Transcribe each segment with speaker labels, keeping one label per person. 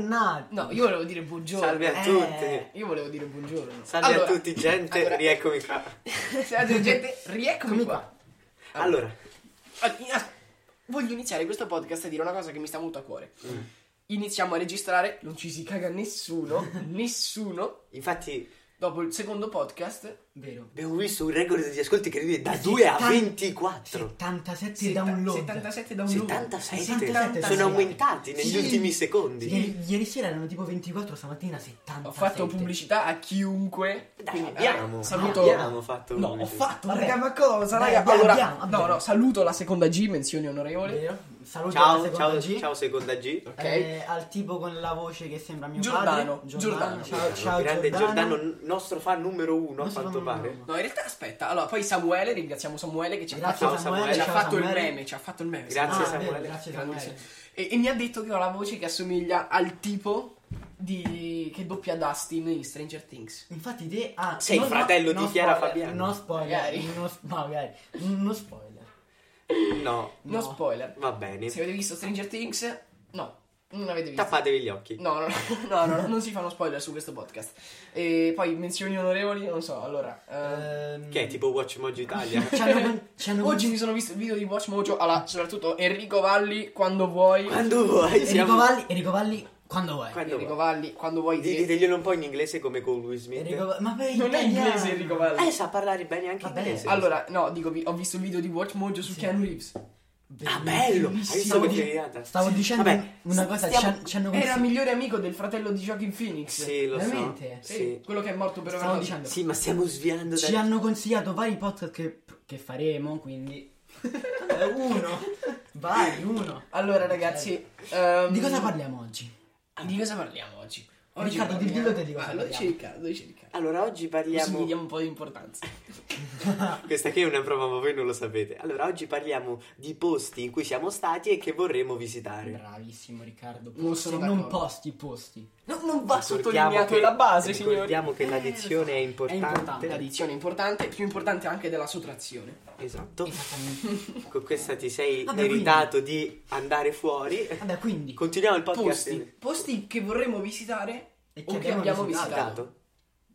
Speaker 1: No, io volevo dire buongiorno.
Speaker 2: Salve a
Speaker 1: Eh, Io volevo dire buongiorno.
Speaker 2: Salve
Speaker 1: Allora,
Speaker 2: a tutti, gente,
Speaker 1: allora-
Speaker 2: rieccomi qua.
Speaker 1: Salve gente, rieccomi qua.
Speaker 2: Allora,
Speaker 1: Allora, Voglio iniziare questo podcast a dire una cosa che mi sta molto a cuore.
Speaker 2: Mm.
Speaker 1: Iniziamo a registrare, non ci si caga nessuno, nessuno.
Speaker 2: infatti
Speaker 1: Dopo il secondo podcast, vero.
Speaker 2: abbiamo visto un record degli ascolti che è da 2 a 24.
Speaker 3: 77
Speaker 1: Setta-
Speaker 3: download.
Speaker 1: 77 download.
Speaker 2: 77,
Speaker 3: 77,
Speaker 2: sono
Speaker 3: sì.
Speaker 2: aumentati negli
Speaker 1: Sì.
Speaker 2: ultimi secondi.
Speaker 3: Ieri, ieri sera erano tipo 24, stamattina 77.
Speaker 1: Ho fatto pubblicità a chiunque.
Speaker 2: Dai,
Speaker 1: quindi,
Speaker 2: abbiamo-
Speaker 1: eh, saluto.
Speaker 2: abbiamo fatto
Speaker 1: No, ho
Speaker 2: pubblicità.
Speaker 1: fatto.
Speaker 3: Vabbè.
Speaker 1: raga, ma cosa,
Speaker 3: Dai,
Speaker 1: raga?
Speaker 3: abbiamo-
Speaker 1: allora,
Speaker 3: abbiamo- abbiamo.
Speaker 1: no, no, saluto la seconda G, menzioni onorevoli.
Speaker 3: Vero? Saluto alla
Speaker 2: Ciao,
Speaker 3: seconda
Speaker 2: ciao,
Speaker 3: G.
Speaker 2: ciao, seconda G.
Speaker 1: Ok.
Speaker 3: Eh, al tipo con la voce che sembra mio
Speaker 1: Giordano,
Speaker 3: padre.
Speaker 1: Giordano.
Speaker 3: Ciao, ciao
Speaker 2: grande
Speaker 3: Giordano.
Speaker 2: Giordano, nostro fan numero uno a
Speaker 3: Nostro
Speaker 2: quanto
Speaker 3: fan
Speaker 2: pare.
Speaker 3: numero
Speaker 1: No, in realtà aspetta. Allora, poi Samuele, ringraziamo Samuele che ci ha
Speaker 3: Grazie
Speaker 1: fatto,
Speaker 2: Ciao,
Speaker 3: Samuele,
Speaker 2: Samuele.
Speaker 1: ci ha
Speaker 3: ciao,
Speaker 1: fatto il
Speaker 3: Samuele.
Speaker 1: meme, ci ha fatto il meme.
Speaker 2: Grazie,
Speaker 3: Ah,
Speaker 2: Samuele.
Speaker 3: vero, grazie
Speaker 1: Grandissimo.
Speaker 3: Samuele.
Speaker 1: E, e mi ha detto che ho la voce che assomiglia al tipo di- che doppia Dustin in Stranger Things.
Speaker 3: Infatti te ah,
Speaker 2: Sei il fratello di Chiara
Speaker 3: spoiler,
Speaker 2: Fabiano.
Speaker 3: No spoiler,
Speaker 1: Magari.
Speaker 3: no s- magari, no spoiler.
Speaker 2: No,
Speaker 1: No,
Speaker 3: No.
Speaker 1: spoiler.
Speaker 2: va bene.
Speaker 1: Se avete visto Stranger Things, no, non avete visto.
Speaker 2: Tappatevi gli
Speaker 3: Mm.
Speaker 2: occhi.
Speaker 1: No, no, no, no, no, non si fanno spoiler su questo podcast. E poi menzioni onorevoli, non so, allora. eh,
Speaker 3: Ehm,
Speaker 2: Che è tipo Watch Mojo Italia.
Speaker 3: ci hanno, ci hanno
Speaker 1: Oggi mi sono visto il video di Watch Mojo, allora, soprattutto Enrico Valli, quando vuoi.
Speaker 2: Quando vuoi,
Speaker 3: Enrico
Speaker 2: siamo...
Speaker 3: Valli, Enrico Valli quando vuoi.
Speaker 2: Quando
Speaker 1: Enrico
Speaker 2: vuoi.
Speaker 1: Valli, quando vuoi.
Speaker 2: Di- Diteglielo un po' in inglese come con Will Smith.
Speaker 3: Enrico Valli- ma per
Speaker 1: Non è
Speaker 3: italiano.
Speaker 1: inglese Enrico Valli.
Speaker 2: Eh, sa parlare bene anche
Speaker 3: Va bene.
Speaker 2: inglese.
Speaker 1: Allora, no, dico, vi- ho visto il video di Watch Mojo su
Speaker 3: Sì.
Speaker 1: Keanu Reeves.
Speaker 2: Ah, bello! Hai visto
Speaker 3: Stavo
Speaker 2: che
Speaker 3: di-
Speaker 2: figata?
Speaker 3: Stavo
Speaker 2: Sì.
Speaker 3: dicendo
Speaker 2: Vabbè,
Speaker 3: una cosa,
Speaker 2: stiamo-
Speaker 3: ci han- ci hanno
Speaker 1: Era
Speaker 3: consigliato-
Speaker 1: migliore amico del fratello di Joaquin Phoenix.
Speaker 2: Sì, lo
Speaker 3: Veramente?
Speaker 2: so.
Speaker 1: Sì,
Speaker 2: Sì.
Speaker 1: quello che è morto per
Speaker 3: Stavo
Speaker 1: una
Speaker 3: dicendo-
Speaker 2: Sì, ma stiamo sviando
Speaker 3: Ci
Speaker 2: dai-
Speaker 3: hanno consigliato vari podcast che, che faremo, quindi... Eh, uno! Vai, uno!
Speaker 1: Allora, ragazzi, ehm, ah,
Speaker 3: Di cosa parliamo oggi?
Speaker 1: di cosa parliamo oggi? Oggi
Speaker 3: Riccardo,
Speaker 1: parliamo-
Speaker 3: dillo te di cosa
Speaker 1: Ah, lo dici
Speaker 3: parliamo.
Speaker 1: Riccardo, lo dici Riccardo.
Speaker 2: Allora, oggi
Speaker 1: Adesso
Speaker 2: parliamo...
Speaker 1: gli diamo un po' di importanza.
Speaker 2: Questa qui è una prova, ma voi non lo sapete. Allora, oggi parliamo di posti in cui siamo stati e che vorremmo visitare.
Speaker 3: Bravissimo Riccardo,
Speaker 1: Non
Speaker 3: posti,
Speaker 1: sono
Speaker 3: non,
Speaker 1: d'accordo.
Speaker 3: posti, posti.
Speaker 1: No, non va
Speaker 2: Ricordiamo
Speaker 1: sottolineato
Speaker 2: che-
Speaker 1: è la base, signori.
Speaker 2: Ricordiamo che la dizione è
Speaker 3: È
Speaker 2: importante.
Speaker 3: importante.
Speaker 1: La dizione è importante, più importante anche della sottrazione.
Speaker 2: Esatto.
Speaker 3: Esattamente.
Speaker 2: Con questa ti sei
Speaker 3: Vabbè,
Speaker 2: meritato di andare fuori.
Speaker 3: Vabbè, quindi...
Speaker 2: Continuiamo il podcast.
Speaker 1: Posti, Esatto. posti che vorremmo visitare
Speaker 3: E che
Speaker 1: o che
Speaker 3: abbiamo
Speaker 1: abbiamo
Speaker 3: visitato.
Speaker 1: visitato.
Speaker 2: Dato.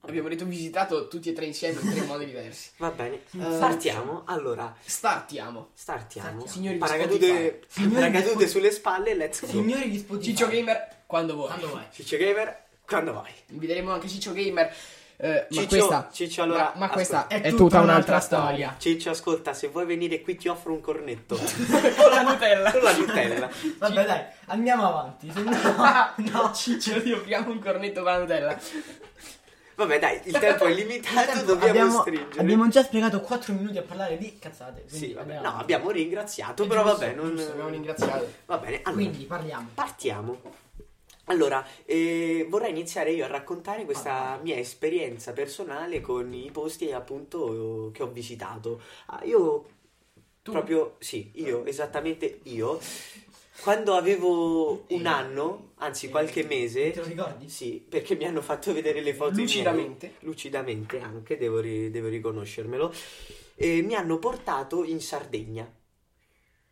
Speaker 1: Abbiamo detto visitato tutti e tre insieme in tre modi diversi.
Speaker 2: Va bene.
Speaker 1: Eh,
Speaker 2: Partiamo. Allora,
Speaker 1: Startiamo.
Speaker 2: startiamo.
Speaker 3: Startiamo.
Speaker 1: Signori di
Speaker 2: paracadute,
Speaker 3: Signori di
Speaker 2: paracadute
Speaker 3: Spotify.
Speaker 2: sulle spalle, let's go.
Speaker 3: Signori di Spotify.
Speaker 1: Ciccio Gamer, quando vuoi.
Speaker 3: Quando vuoi.
Speaker 2: Ciccio Gamer, quando vai?
Speaker 1: Inviteremo anche Ciccio Gamer. Eh,
Speaker 2: Ciccio-
Speaker 1: ma questa,
Speaker 2: Ciccio, allora,
Speaker 1: ma, ma questa
Speaker 2: ascolta.
Speaker 1: è tutta un'altra storia.
Speaker 2: Ciccio, ascolta, se vuoi venire qui ti offro un cornetto.
Speaker 1: Con la Nutella.
Speaker 2: Con la Nutella.
Speaker 3: Vabbè, dai, andiamo avanti. Se no, no.
Speaker 1: Ciccio, ti offriamo un cornetto con la Nutella.
Speaker 2: Vabbè, dai, il tempo è limitato, dobbiamo
Speaker 3: abbiamo,
Speaker 2: stringere.
Speaker 3: abbiamo già spiegato 4 minuti a parlare di cazzate.
Speaker 2: Sì,
Speaker 3: quindi
Speaker 2: vabbè.
Speaker 3: andiamo
Speaker 2: No,
Speaker 3: avanti.
Speaker 2: abbiamo ringraziato,
Speaker 3: È
Speaker 2: però
Speaker 3: giusto,
Speaker 2: vabbè, non
Speaker 1: Giusto, abbiamo ringraziato.
Speaker 2: Va bene, allora
Speaker 3: Quindi parliamo.
Speaker 2: partiamo. Allora, eh, vorrei iniziare io a raccontare
Speaker 3: Ah,
Speaker 2: questa mia esperienza personale con i posti appunto che ho visitato. Ah, Io
Speaker 1: Tu?
Speaker 2: proprio sì,
Speaker 3: Ah.
Speaker 2: io esattamente io quando avevo un anno, anzi qualche
Speaker 3: Eh, Te lo
Speaker 2: mese,
Speaker 3: ricordi?
Speaker 2: sì, perché mi hanno fatto vedere le foto miei
Speaker 1: Lucidamente.
Speaker 2: lucidamente anche, devo, ri- devo riconoscermelo, e mi hanno portato in Sardegna,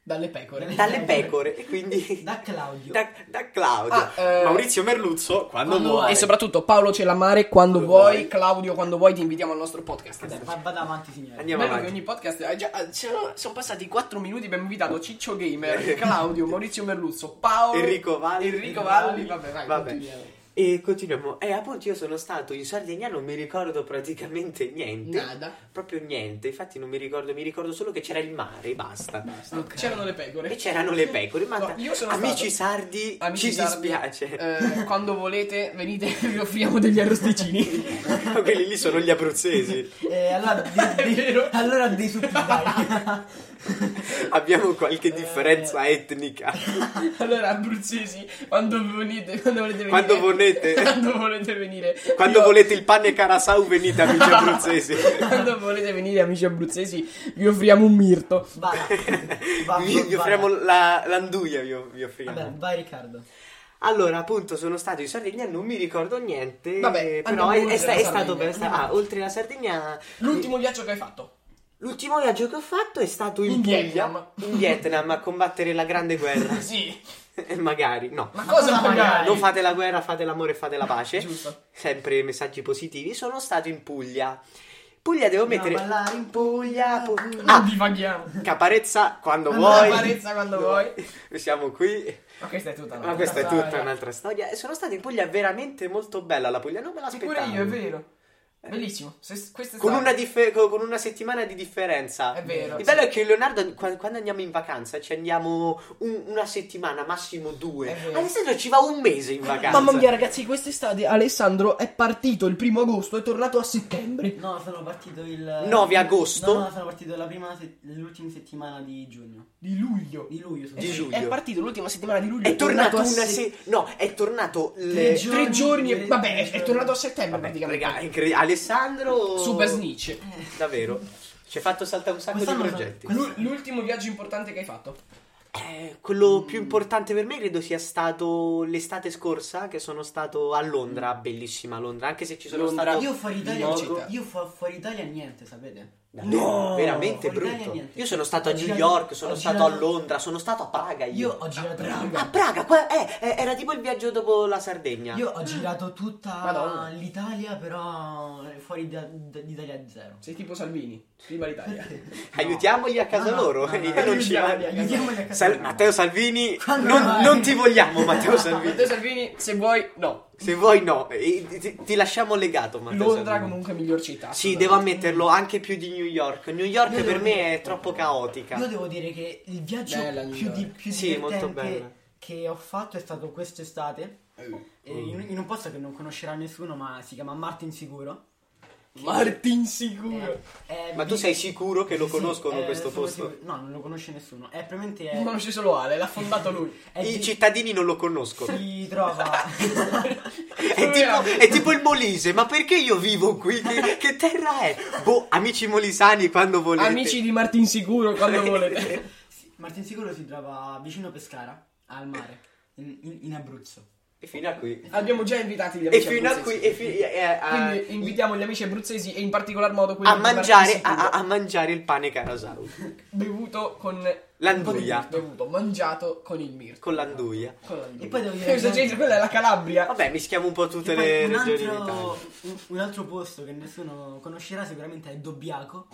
Speaker 1: Dalle
Speaker 3: Eh,
Speaker 1: pecore.
Speaker 2: dalle pecore, e quindi
Speaker 3: Da Claudio.
Speaker 2: da, da Claudio.
Speaker 1: Ah, eh,
Speaker 2: Maurizio Merluzzo, quando,
Speaker 3: quando
Speaker 2: vuoi.
Speaker 1: E soprattutto Paolo Celamare, quando
Speaker 2: Quando
Speaker 1: vuoi.
Speaker 2: vuoi.
Speaker 1: Claudio, quando vuoi, ti invitiamo al nostro podcast.
Speaker 3: Dai, va- vada avanti, signore.
Speaker 2: Andiamo
Speaker 1: Bello
Speaker 2: avanti.
Speaker 1: che ogni podcast eh, già, eh, sono, sono passati 4 minuti abbiamo invitato Ciccio Gamer, Claudio, Maurizio Merluzzo, Paolo
Speaker 2: Enrico Valli.
Speaker 1: Enrico Valli, vabbè, vai,
Speaker 2: Vabbè.
Speaker 1: continuiamo.
Speaker 2: E continuiamo. E appunto io sono stato in Sardegna, non mi ricordo praticamente niente.
Speaker 1: Nada.
Speaker 2: Proprio niente. Infatti non mi ricordo, mi ricordo solo che c'era il mare, basta.
Speaker 3: Ok.
Speaker 1: C'erano le pecore.
Speaker 2: E c'erano le pecore, ma
Speaker 1: No, io sono
Speaker 2: amici sardi, ci
Speaker 1: sardi,
Speaker 2: dispiace.
Speaker 1: eh, quando volete, venite, vi offriamo degli arrosticini.
Speaker 2: Quelli lì sono gli abruzzesi.
Speaker 3: Eh, allora,
Speaker 1: È
Speaker 3: dei, dei,
Speaker 1: vero.
Speaker 3: allora dei succhi, dai.
Speaker 2: Abbiamo
Speaker 1: Eh.
Speaker 2: qualche differenza etnica.
Speaker 1: allora, abruzzesi, quando volete, quando volete venire.
Speaker 2: Quando volete.
Speaker 1: Quando volete venire.
Speaker 2: Quando
Speaker 1: io-
Speaker 2: volete il pane carasau venite amici abruzzesi.
Speaker 1: Quando volete venire, amici abruzzesi, vi offriamo un mirto.
Speaker 3: Vada. Va-
Speaker 2: Vi, vi
Speaker 3: va-
Speaker 2: offriamo la, l'anduia, vi, vi offriamo.
Speaker 3: Vabbè, vai Riccardo.
Speaker 2: Allora, appunto, sono stato in Sardegna, non mi ricordo niente.
Speaker 1: Vabbè,
Speaker 2: eh, però
Speaker 1: andiamo
Speaker 2: è,
Speaker 1: oltre
Speaker 2: è sta-
Speaker 1: la
Speaker 2: è stato
Speaker 1: Sardegna.
Speaker 2: per sta- ah, oltre la Sardegna.
Speaker 1: L'ultimo viaggio che hai fatto.
Speaker 2: L'ultimo viaggio che ho fatto è stato in,
Speaker 1: In
Speaker 2: Puglia,
Speaker 1: Vietnam.
Speaker 2: in Vietnam, a combattere la Grande Guerra.
Speaker 1: Sì.
Speaker 2: Eh, Magari, no.
Speaker 1: Ma cosa
Speaker 3: cosa
Speaker 1: magari?
Speaker 3: magari?
Speaker 2: Non fate la guerra, fate l'amore e fate la pace.
Speaker 1: Giusto.
Speaker 2: Sempre messaggi positivi. Sono stato in Puglia. Puglia devo mettere...
Speaker 3: ballare in
Speaker 2: Puglia... Pu-
Speaker 1: Non
Speaker 2: Ah,
Speaker 1: divaghiamo.
Speaker 2: Caparezza quando
Speaker 1: Andiamo
Speaker 2: vuoi.
Speaker 1: a Varezza quando vuoi.
Speaker 2: Siamo qui.
Speaker 1: Ma questa è tutta
Speaker 2: Ma Ah, questa è tutta un'altra storia. E sono stato in Puglia veramente molto bella la Puglia, non me l'aspettavo.
Speaker 1: Eppure io, è vero. Bellissimo. Se- questa è
Speaker 2: Con
Speaker 1: stata-
Speaker 2: una, diffe- co- con una settimana di differenza.
Speaker 1: È vero.
Speaker 2: Il bello è che Leonardo, qua- quando andiamo in vacanza, ci andiamo un- una settimana, massimo due.
Speaker 1: È vero.
Speaker 2: Alessandro ci va un mese in vacanza.
Speaker 1: Mamma mia, ragazzi, quest'estate Alessandro è partito il primo agosto, è tornato a settembre.
Speaker 3: No, sono partito il
Speaker 2: 9 agosto.
Speaker 3: No, no, sono partito la prima se- l'ultima settimana di giugno.
Speaker 1: Di luglio.
Speaker 3: Di luglio sono
Speaker 2: Di
Speaker 3: stato.
Speaker 2: giugno.
Speaker 1: È partito l'ultima settimana di luglio.
Speaker 2: È tornato
Speaker 1: a
Speaker 2: una
Speaker 1: se-
Speaker 2: se- No, è tornato il-
Speaker 3: Tre
Speaker 1: Tre giorni, e...
Speaker 3: tre-
Speaker 1: Vabbè,
Speaker 3: tre
Speaker 1: è- è
Speaker 3: giorni.
Speaker 1: tornato a settembre
Speaker 2: Vabbè,
Speaker 1: praticamente.
Speaker 2: raga, è incredibile. Alessandro.
Speaker 1: Super snitch.
Speaker 2: Davvero. Ci ha fatto saltare un sacco
Speaker 3: Quest'anno-
Speaker 2: di progetti.
Speaker 3: que-
Speaker 1: L'u- l'ultimo viaggio importante che hai fatto.
Speaker 2: Eh, quello più importante per me credo sia stato l'estate scorsa che sono stato a Londra, bellissima Londra, anche se ci sono
Speaker 1: Londra,
Speaker 2: stato
Speaker 3: Mm. Io fuori Italia,
Speaker 1: Di
Speaker 3: io,
Speaker 1: città.
Speaker 3: fu- fuori Italia niente, sapete?
Speaker 2: Davvero,
Speaker 1: No!
Speaker 2: veramente
Speaker 3: Fuori Italia
Speaker 2: brutto.
Speaker 3: niente.
Speaker 2: Io sono stato a
Speaker 3: Ho
Speaker 2: New
Speaker 3: girato-
Speaker 2: York, sono
Speaker 3: ho
Speaker 2: stato a
Speaker 3: girato-
Speaker 2: Londra, sono stato a Praga io. ah,
Speaker 3: Io ho girato
Speaker 2: A Praga, qua- eh, eh, era tipo il viaggio dopo la Sardegna.
Speaker 3: Io ho girato tutta
Speaker 1: Madonna.
Speaker 3: l'Italia, però fuori da- da- d'Italia zero.
Speaker 1: Sei tipo Salvini, prima l'Italia.
Speaker 2: Aiutiamoli a casa
Speaker 3: No, no,
Speaker 2: loro.
Speaker 3: no, no,
Speaker 2: Io
Speaker 3: no,
Speaker 2: non ci
Speaker 1: aiutiamoli a
Speaker 2: vado.
Speaker 1: casa
Speaker 3: loro.
Speaker 2: Sal- Matteo Salvini,
Speaker 3: Quando
Speaker 2: non,
Speaker 3: vai?
Speaker 2: non ti vogliamo Matteo Salvini.
Speaker 1: Matteo Salvini, se vuoi, no.
Speaker 2: Se vuoi no, Eh, ti, ti lasciamo legato Matteo
Speaker 1: Londra
Speaker 2: Salvini.
Speaker 1: comunque miglior città.
Speaker 2: Sì, devo ammetterlo anche più di New York. New York
Speaker 3: Io
Speaker 2: per
Speaker 3: devo
Speaker 2: me
Speaker 3: dire-
Speaker 2: è troppo caotica.
Speaker 3: Io devo dire che il viaggio
Speaker 1: Bella New
Speaker 3: più, di,
Speaker 1: York.
Speaker 3: più
Speaker 2: Sì, molto bella. Oh.
Speaker 3: divertente che ho fatto è stato quest'estate. eh, In, in un posto che non conoscerà nessuno, ma si chiama Martin Sicuro.
Speaker 1: Martin
Speaker 3: Eh,
Speaker 1: sicuro.
Speaker 3: è
Speaker 2: Oh. Ma tu
Speaker 3: vi-
Speaker 2: sei sicuro che lo conoscono
Speaker 3: eh,
Speaker 2: questo
Speaker 3: sono
Speaker 2: posto?
Speaker 3: sicuro- No, non lo conosce nessuno. È praticamente. È,
Speaker 2: Eh.
Speaker 1: Non conosce solo Ale, l'ha fondato lui.
Speaker 3: è
Speaker 2: I
Speaker 3: di-
Speaker 2: cittadini non lo conoscono.
Speaker 3: si trova.
Speaker 2: È tipo, è tipo il Molise, ma perché io vivo qui? Che, che terra è? Boh, amici molisani, quando volete.
Speaker 1: Amici di Martin sicuro quando volete.
Speaker 3: si- Martin Sicuro si trova vicino a Pescara, al mare, in, in- in Abruzzo.
Speaker 2: E fino a qui.
Speaker 1: Abbiamo già invitato gli
Speaker 2: E
Speaker 1: amici
Speaker 2: fino a
Speaker 1: abruzzesi.
Speaker 2: qui. E fi- eh, eh, a,
Speaker 1: Quindi invitiamo gli amici abruzzesi e in particolar modo quelli
Speaker 2: a
Speaker 1: di Martin
Speaker 2: mangiare,
Speaker 1: Sicuro.
Speaker 2: a, a- a mangiare il pane carasau.
Speaker 1: bevuto con
Speaker 2: L'anduia.
Speaker 1: bevuto, mangiato con il mirco.
Speaker 2: Con l'anduia.
Speaker 1: Con l'anduia.
Speaker 3: E poi devo dire-
Speaker 1: Cosa c'entra? quella è la Calabria.
Speaker 2: Vabbè, mischiamo un po' tutte
Speaker 3: E poi
Speaker 2: le
Speaker 3: un,
Speaker 2: regioni
Speaker 3: altro,
Speaker 2: d'Italia.
Speaker 3: un- un altro posto che nessuno conoscerà sicuramente è Dobbiaco.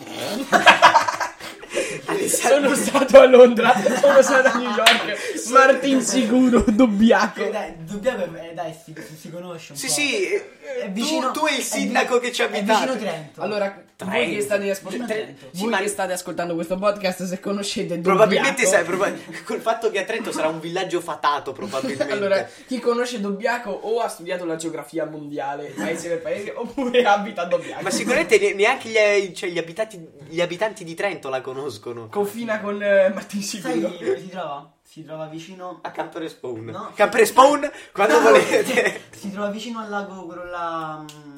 Speaker 2: Alessandro,
Speaker 1: Sono stato a Londra, sono stato a New York. Martin sicuro,
Speaker 3: Che
Speaker 1: Dobbiaco.
Speaker 3: dai, Dobbiaco è- eh, dai, si, si conosce un
Speaker 2: Sì,
Speaker 3: po'.
Speaker 2: sì, eh,
Speaker 3: È
Speaker 2: tu-
Speaker 3: vicino-
Speaker 2: tu, e il
Speaker 3: è
Speaker 2: sindaco
Speaker 3: vi-
Speaker 2: che ci
Speaker 3: è
Speaker 2: abitate.
Speaker 3: vicino Trento.
Speaker 1: Allora, voi
Speaker 2: Trento.
Speaker 1: che state ascoltando
Speaker 3: Trento.
Speaker 1: voi che state ascoltando questo podcast, se conoscete Dobbiaco,
Speaker 2: Probabilmente sai, proba- col fatto che a Trento sarà un villaggio fatato, probabilmente.
Speaker 1: Allora, chi conosce Dobbiaco o ha studiato la geografia mondiale, paese per paese, oppure abita a Dobbiaco.
Speaker 2: Ma sicuramente ne- neanche gli, cioè, gli abitati- gli abitanti di Trento la conoscono.
Speaker 1: confina con eh, Martin
Speaker 3: Sai
Speaker 1: Sicuro.
Speaker 3: dove si trova? Si trova vicino.
Speaker 2: A Campere Spawn.
Speaker 3: No.
Speaker 2: Campere Spawn, quando
Speaker 3: No,
Speaker 2: Ah, volete.
Speaker 3: Si trova vicino al lago quello là. mm,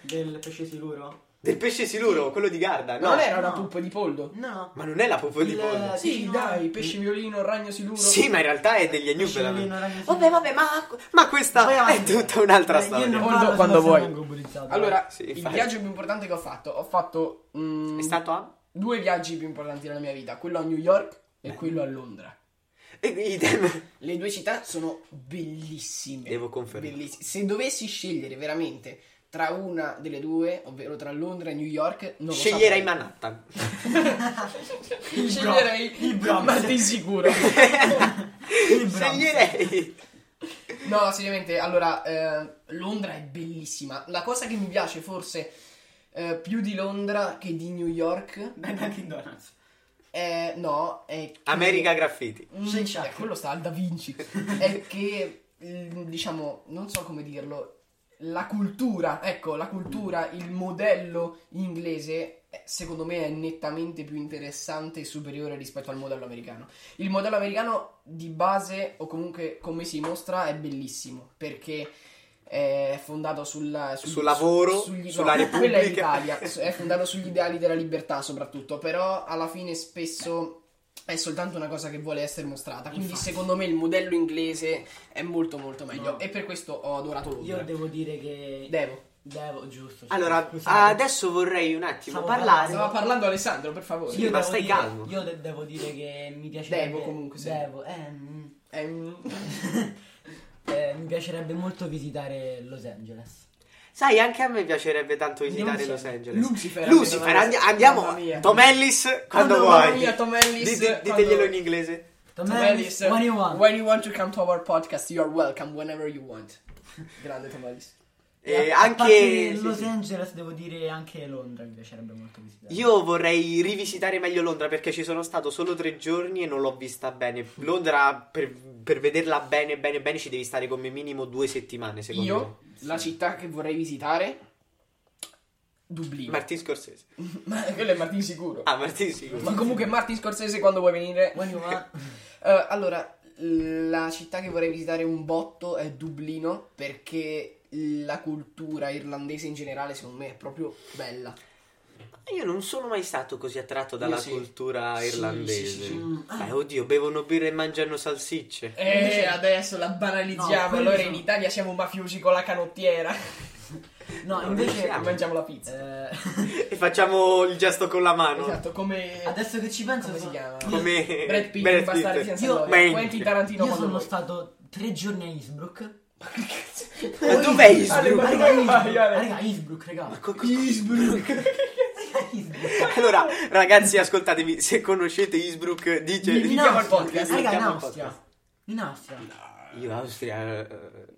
Speaker 3: del pesce sicuro.
Speaker 2: Del pesce siluro, quello di Garda. No.
Speaker 1: Non era una
Speaker 3: No.
Speaker 1: puppa di poldo?
Speaker 3: No, no.
Speaker 2: Ma non è la popò di
Speaker 3: Il-
Speaker 2: pollo.
Speaker 1: Sì,
Speaker 3: vicino-
Speaker 1: dai, pesce violino, ragno siluro.
Speaker 2: Sì, ma in realtà è degli
Speaker 3: Pesce
Speaker 2: agnubelami.
Speaker 3: violino, ragno siluro.
Speaker 2: Vabbè, vabbè, ma, ma
Speaker 3: Vai
Speaker 2: questa è
Speaker 3: avanti.
Speaker 2: tutta un'altra
Speaker 3: Beh, io
Speaker 2: storia.
Speaker 3: non
Speaker 1: Quando-
Speaker 3: parlo,
Speaker 1: quando
Speaker 3: sennò
Speaker 1: vuoi.
Speaker 3: vengo bullizzato.
Speaker 1: Allora,
Speaker 2: Sì,
Speaker 1: il
Speaker 2: infatti.
Speaker 1: viaggio più importante che ho fatto, ho fatto mm,
Speaker 2: È stato a...
Speaker 1: due viaggi più importanti nella mia vita, quello a New York e quello a Londra.
Speaker 2: e- idem.
Speaker 1: Le due città sono bellissime.
Speaker 2: Devo confermare.
Speaker 1: Bellissi- Se dovessi scegliere veramente tra una delle due, ovvero tra Londra e New York, non
Speaker 2: Sceglierai
Speaker 1: lo
Speaker 2: Manhattan.
Speaker 1: saprei. Sceglierei
Speaker 3: Il Bronx.
Speaker 1: ma di sicuro.
Speaker 3: Il Bronx.
Speaker 2: Sceglierei...
Speaker 1: No, seriamente, allora, eh, Londra è bellissima. La cosa che mi piace forse eh, più di Londra che di New York,
Speaker 3: Beh, Dunkin' Donuts.
Speaker 1: è, no, è... che-
Speaker 2: America Graffiti.
Speaker 1: Mm,
Speaker 3: Shake Shack.
Speaker 1: eh, quello sta al Da Vinci. è che, mm, diciamo, non so come dirlo, la cultura, ecco, la cultura, il modello inglese, eh, secondo me è nettamente più interessante e superiore rispetto al modello americano. Il modello americano di base, o comunque come si mostra, è bellissimo perché è fondato sulla- sul,
Speaker 2: Sul lavoro, sulla
Speaker 1: Quella è
Speaker 2: Repubblica.
Speaker 1: l'Italia, su- è fondato sugli ideali della libertà soprattutto, però alla fine spesso è soltanto una cosa che vuole essere mostrata, quindi
Speaker 3: Infatti.
Speaker 1: secondo me il modello inglese è molto molto meglio
Speaker 3: No.
Speaker 1: e per questo ho adorato Londra.
Speaker 3: Io devo dire che.
Speaker 1: Devo.
Speaker 3: Devo, giusto. cioè, sì.
Speaker 2: Allora,
Speaker 3: Scusate.
Speaker 2: adesso vorrei un attimo
Speaker 3: Stavo
Speaker 2: parlare.
Speaker 1: Stava parlando Alessandro, per favore.
Speaker 2: Sì. ma
Speaker 3: devo
Speaker 2: stai
Speaker 3: dire-
Speaker 2: calmo.
Speaker 3: Io de- devo dire che mi piace.
Speaker 1: Devo comunque, sì.
Speaker 3: Devo, eh, mm,
Speaker 1: Ehm,
Speaker 3: Eh, mi piacerebbe molto visitare Los Angeles.
Speaker 2: Sai, anche a me piacerebbe tanto visitare
Speaker 3: Andiamo
Speaker 2: Los
Speaker 3: insieme.
Speaker 2: Angeles.
Speaker 1: Lucifer,
Speaker 2: Lucifer,
Speaker 1: andiamo-
Speaker 2: andi-
Speaker 1: Mamma
Speaker 2: andiamo.
Speaker 1: mia.
Speaker 2: Tom Ellis, quando
Speaker 1: Quando-
Speaker 2: vuoi.
Speaker 1: mamma mia, Tom Ellis,
Speaker 2: Di- di-
Speaker 1: quando-
Speaker 2: Diteglielo in inglese.
Speaker 3: Tom
Speaker 1: Tom
Speaker 3: Hanks,
Speaker 1: Ellis,
Speaker 3: 21.
Speaker 1: when you want to come to our podcast, you are welcome whenever you want. Grande Tom Ellis. Eh,
Speaker 2: E
Speaker 3: E a- a parte
Speaker 2: Eh, anche. sì,
Speaker 3: Los
Speaker 2: sì.
Speaker 3: Angeles, devo dire anche Londra, mi piacerebbe molto visitare.
Speaker 2: Io vorrei rivisitare meglio Londra perché ci sono stato solo tre giorni e non l'ho vista bene. Londra, per, per vederla bene, bene, bene, ci devi stare come minimo due settimane, secondo
Speaker 1: Io, la città che vorrei visitare,
Speaker 2: me.
Speaker 1: Dublino.
Speaker 2: Martin Scorsese.
Speaker 1: Ma quello è Martin sicuro.
Speaker 2: Ah, Martin, sicuro.
Speaker 1: Ma comunque Martin Scorsese quando vuoi venire.
Speaker 3: When you want.
Speaker 1: Eh, allora, la città che vorrei visitare un botto è Dublino perché la cultura irlandese in generale secondo me è proprio bella.
Speaker 2: Io non sono mai stato così attratto dalla
Speaker 1: Io sì.
Speaker 2: cultura
Speaker 1: Sì, sì,
Speaker 2: irlandese.
Speaker 1: sì, sì.
Speaker 3: Mm, ah,
Speaker 2: Eh, oddio, bevono birra e mangiano salsicce.
Speaker 1: Eh,
Speaker 3: Invece-
Speaker 1: adesso la banalizziamo.
Speaker 3: No, quelli
Speaker 1: allora
Speaker 3: sono-
Speaker 1: in Italia siamo mafiosi con la canottiera.
Speaker 3: no,
Speaker 2: no,
Speaker 3: invece...
Speaker 2: siamo.
Speaker 1: mangiamo la pizza.
Speaker 3: eh,
Speaker 2: E facciamo il gesto con la mano.
Speaker 1: Esatto, come
Speaker 3: adesso che ci penso...
Speaker 1: come si
Speaker 3: sono-
Speaker 1: chiama?
Speaker 2: Come
Speaker 1: Brad Pitt
Speaker 2: Brad
Speaker 1: in Bastardi
Speaker 2: Pitt.
Speaker 1: senza
Speaker 3: Io-
Speaker 1: gloria.
Speaker 2: Mentre-
Speaker 1: Quentin Tarantino
Speaker 3: Io
Speaker 1: quando
Speaker 3: sono
Speaker 1: vuoi.
Speaker 3: stato tre giorni a Innsbrook.
Speaker 2: Ma dov'è Innsbruck?
Speaker 3: Ma raga, Innsbruck,
Speaker 1: Innsbruck?
Speaker 3: raga, Innsbruck, raga.
Speaker 2: Co- co-
Speaker 3: Innsbruck.
Speaker 2: Allora, ragazzi, ascoltatemi, se conoscete Innsbruck,
Speaker 3: Cioè,
Speaker 2: dice
Speaker 1: Mi- mi- chiama il podcast,
Speaker 3: Raga, in
Speaker 2: chiama il
Speaker 3: Austria. In Austria.
Speaker 2: Io Austria eh,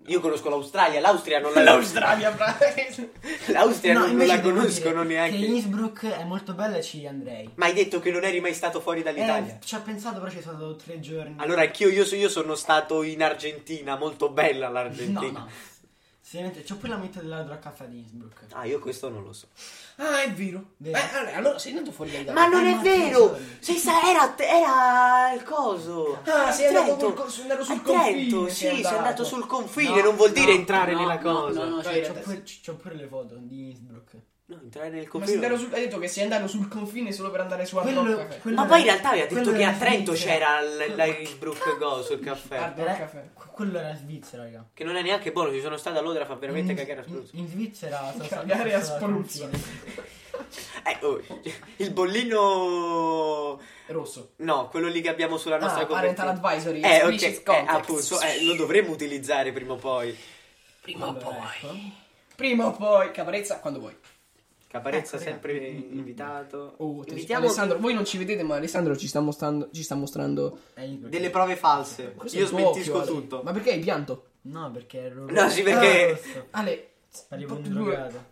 Speaker 2: Io conosco l'Australia, l'Austria non la
Speaker 1: L'Australia, fra.
Speaker 2: L'Austria non, non
Speaker 3: invece
Speaker 2: la
Speaker 3: devo
Speaker 2: conoscono
Speaker 3: dire
Speaker 2: neanche.
Speaker 3: Che Innsbruck è molto bella e ci andrei.
Speaker 2: Ma hai detto che non eri mai stato fuori dall'Italia.
Speaker 3: Eh, ci ho pensato, però ci sono stato tre giorni.
Speaker 2: Allora, anch'io io, so- io sono stato in Argentina, molto bella
Speaker 3: no,
Speaker 2: l'Argentina.
Speaker 3: no. Seriamente, c'ho pure la metà della dracca a di Innsbruck.
Speaker 2: Ah, io questo non lo so.
Speaker 1: Ah, è vero.
Speaker 3: Vero.
Speaker 1: Eh, allora, allora sei andato fuori dall'Italia.
Speaker 2: Ma non
Speaker 3: Eh,
Speaker 2: è
Speaker 3: ma
Speaker 2: vero!
Speaker 3: che
Speaker 2: Sei sta- era, era il coso!
Speaker 1: Ah, sei
Speaker 2: A
Speaker 1: andato
Speaker 2: Trento.
Speaker 1: col co- sei andato sul
Speaker 2: A Trento,
Speaker 1: confine,
Speaker 2: Sì,
Speaker 1: sei
Speaker 2: sei
Speaker 1: andato.
Speaker 2: andato sul confine,
Speaker 3: No,
Speaker 2: non vuol dire
Speaker 3: no,
Speaker 2: entrare
Speaker 3: no, no,
Speaker 2: nella cosa.
Speaker 3: No, no,
Speaker 1: Dai,
Speaker 3: c'ho, c'ho
Speaker 1: adesso.
Speaker 3: pure, c'ho pure le foto di Innsbruck.
Speaker 2: No, entrare nel
Speaker 1: Ma sei
Speaker 2: confine.
Speaker 1: andato sul- hai detto che sei andato sul confine solo per andare su a
Speaker 3: Quello-
Speaker 1: Rock Café.
Speaker 3: quello
Speaker 2: Ma
Speaker 3: era-
Speaker 2: poi in realtà aveva detto
Speaker 3: quello
Speaker 2: che a
Speaker 3: era
Speaker 2: Trento
Speaker 3: Svizzera.
Speaker 2: c'era l- la-
Speaker 3: Quello-
Speaker 2: il Brook Go sul caffè.
Speaker 1: Guarda. Del caffè.
Speaker 3: que- Quello era Svizzera, raga.
Speaker 2: Che non è neanche buono, ci sono stato a Londra, fa veramente
Speaker 1: Mm.
Speaker 3: in,
Speaker 2: cagare a
Speaker 3: in-
Speaker 2: spruzzo.
Speaker 3: In Svizzera sono stato-
Speaker 1: Cagare a
Speaker 3: sono stato al
Speaker 1: spruzzo.
Speaker 3: confine.
Speaker 2: Eh, oh, il bollino...
Speaker 1: Rosso.
Speaker 2: No, quello lì che abbiamo sulla nostra
Speaker 1: Ah, parental
Speaker 2: copertina.
Speaker 1: advisory.
Speaker 2: Eh, ok,
Speaker 1: explicit
Speaker 2: eh,
Speaker 1: context.
Speaker 2: appunto, eh, lo dovremmo utilizzare prima o poi.
Speaker 1: Prima o
Speaker 3: Allora, ecco.
Speaker 1: poi. Prima o poi. Caparezza, quando vuoi.
Speaker 2: Caparezza
Speaker 3: Ecco,
Speaker 2: sempre
Speaker 3: raga.
Speaker 2: invitato.
Speaker 1: Oh, te-
Speaker 2: Invitiamo
Speaker 1: Alessandro, voi non ci vedete, ma Alessandro ci sta mostrando, ci sta mostrando
Speaker 3: È Innsbruck.
Speaker 2: delle prove false.
Speaker 1: Questo è
Speaker 2: Io
Speaker 1: il tuo
Speaker 2: smentisco
Speaker 1: occhio, Ale.
Speaker 2: tutto.
Speaker 1: Ma perché hai pianto?
Speaker 3: No, perché ero
Speaker 2: No, sì, perché-
Speaker 3: Ah, rosso.
Speaker 1: Ale,
Speaker 3: Parliamo di
Speaker 1: Due-
Speaker 3: un drogato.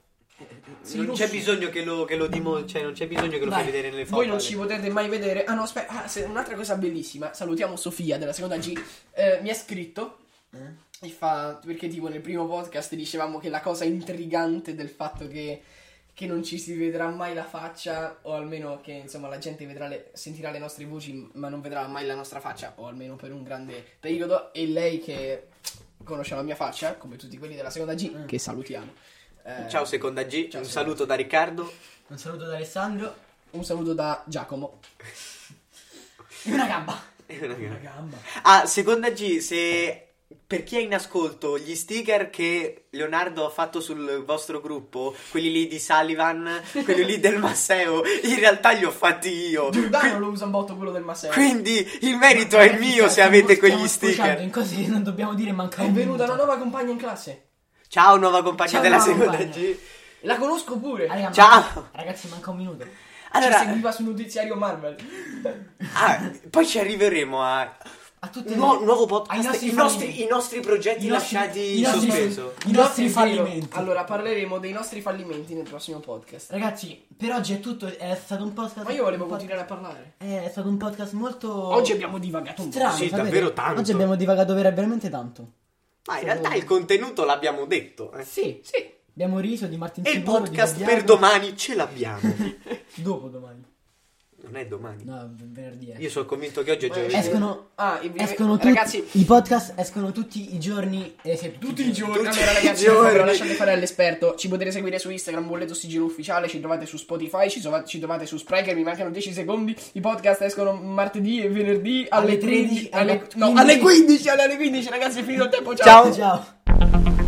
Speaker 1: sì,
Speaker 2: non c'è
Speaker 1: rosso.
Speaker 2: bisogno che lo, che lo dimo- cioè non c'è bisogno che lo fai
Speaker 1: Dai,
Speaker 2: vedere nelle foto.
Speaker 1: Voi non
Speaker 2: Ale.
Speaker 1: ci potete mai vedere. Ah no, aspetta, ah, se- un'altra cosa bellissima. Salutiamo Sofia della seconda G. Eh, mi ha scritto
Speaker 3: Eh?
Speaker 1: e fa perché tipo nel primo podcast dicevamo che la cosa intrigante del fatto che che non ci si vedrà mai la faccia o almeno che insomma la gente vedrà le- sentirà le nostre voci ma non vedrà mai la nostra faccia o almeno per un grande periodo e lei che conosce la mia faccia come tutti quelli della seconda G
Speaker 3: Mm.
Speaker 1: che salutiamo eh,
Speaker 2: Ciao seconda G,
Speaker 1: Ciao,
Speaker 2: un
Speaker 1: seconda G.
Speaker 2: saluto da Riccardo.
Speaker 3: Un saluto da Alessandro.
Speaker 1: un saluto da Giacomo
Speaker 3: Una gamba.
Speaker 1: gamba
Speaker 2: ah, seconda G, se per chi è in ascolto, gli sticker che Leonardo ha fatto sul vostro gruppo, quelli lì di Sullivan, quelli lì del Masseo, in realtà li ho fatti io.
Speaker 1: Giordano lo usa un botto quello del Masello
Speaker 2: Quindi il merito è mio se avete quegli sticker.
Speaker 3: in cose che non dobbiamo dire manca
Speaker 1: È
Speaker 3: un
Speaker 1: venuta una
Speaker 3: minuto.
Speaker 1: nuova compagna in classe.
Speaker 2: Ciao nuova compagna
Speaker 3: Ciao,
Speaker 2: della
Speaker 3: nuova
Speaker 2: seconda
Speaker 3: compagna.
Speaker 2: G.
Speaker 1: La conosco pure.
Speaker 3: Ah, raga, ma-
Speaker 2: Ciao.
Speaker 3: Ragazzi, manca un minuto.
Speaker 1: Ci
Speaker 2: Allora,
Speaker 1: seguiva sul notiziario Marvel.
Speaker 2: ah, poi ci arriveremo a
Speaker 3: A tutti
Speaker 2: un nuo- nuovo podcast,
Speaker 3: ai nostri
Speaker 2: i, nostri,
Speaker 3: famigli.
Speaker 2: i nostri progetti
Speaker 3: I nostri-
Speaker 2: lasciati
Speaker 3: i
Speaker 2: in
Speaker 3: nostri-
Speaker 2: sospeso.
Speaker 3: I nostri
Speaker 1: È vero.
Speaker 3: fallimenti.
Speaker 1: Allora parleremo dei nostri fallimenti nel prossimo podcast.
Speaker 3: Ragazzi, per oggi è tutto. È stato un podcast.
Speaker 1: Ma io volevo
Speaker 3: un pod-
Speaker 1: continuare a parlare.
Speaker 3: Eh, È stato un podcast molto.
Speaker 1: Oggi abbiamo divagato un po'.
Speaker 3: strano.
Speaker 2: Sì,
Speaker 3: sapete?
Speaker 2: davvero tanto.
Speaker 3: Oggi abbiamo divagato vera- veramente tanto.
Speaker 2: Ma in realtà il contenuto l'abbiamo detto. eh.
Speaker 3: Sì.
Speaker 1: Sì.
Speaker 3: Abbiamo riso di Martin
Speaker 2: E il
Speaker 3: Sicuro, di
Speaker 2: podcast
Speaker 3: Gagliardo.
Speaker 2: per domani ce l'abbiamo.
Speaker 3: Dopo domani.
Speaker 2: Non è domani.
Speaker 3: No, v- venerdì. eh. è.
Speaker 2: Io sono convinto che oggi è
Speaker 1: Ma-
Speaker 2: giovedì.
Speaker 3: Escono.
Speaker 1: Ah, e vi-
Speaker 3: Escono tutti,
Speaker 1: ragazzi,
Speaker 3: i podcast escono tutti i giorni e se
Speaker 1: tutti i giorni.
Speaker 2: Tutti
Speaker 1: allora,
Speaker 2: i
Speaker 1: ragazzi,
Speaker 2: giorni.
Speaker 1: per favore, lasciate fare all'esperto. Ci potete seguire su Instagram, bolletto sigillo ufficiale. Ci trovate su Spotify, ci, trova- ci trovate su Spreaker. Mi mancano 10 secondi. I podcast escono martedì e venerdì alle,
Speaker 3: Alle
Speaker 1: 13.
Speaker 3: 13,
Speaker 1: alle,
Speaker 3: alle
Speaker 1: no,
Speaker 3: 15.
Speaker 1: alle 15. Alle 15, ragazzi, è finito il tempo.
Speaker 2: Ciao.
Speaker 3: Ciao.